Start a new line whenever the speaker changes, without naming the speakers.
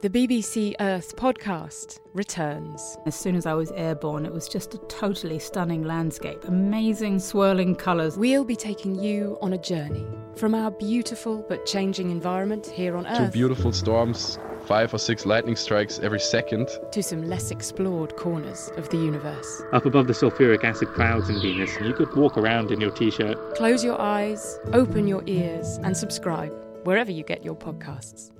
The BBC Earth podcast returns.
As soon as I was airborne, it was just a totally stunning landscape, amazing swirling colours.
We'll be taking you on a journey from our beautiful but changing environment here on
Two
Earth
beautiful storms, five or six lightning strikes every second.
to some less explored corners of the universe.
Up above the sulfuric acid clouds in Venus, you could walk around in your t shirt.
Close your eyes, open your ears, and subscribe wherever you get your podcasts.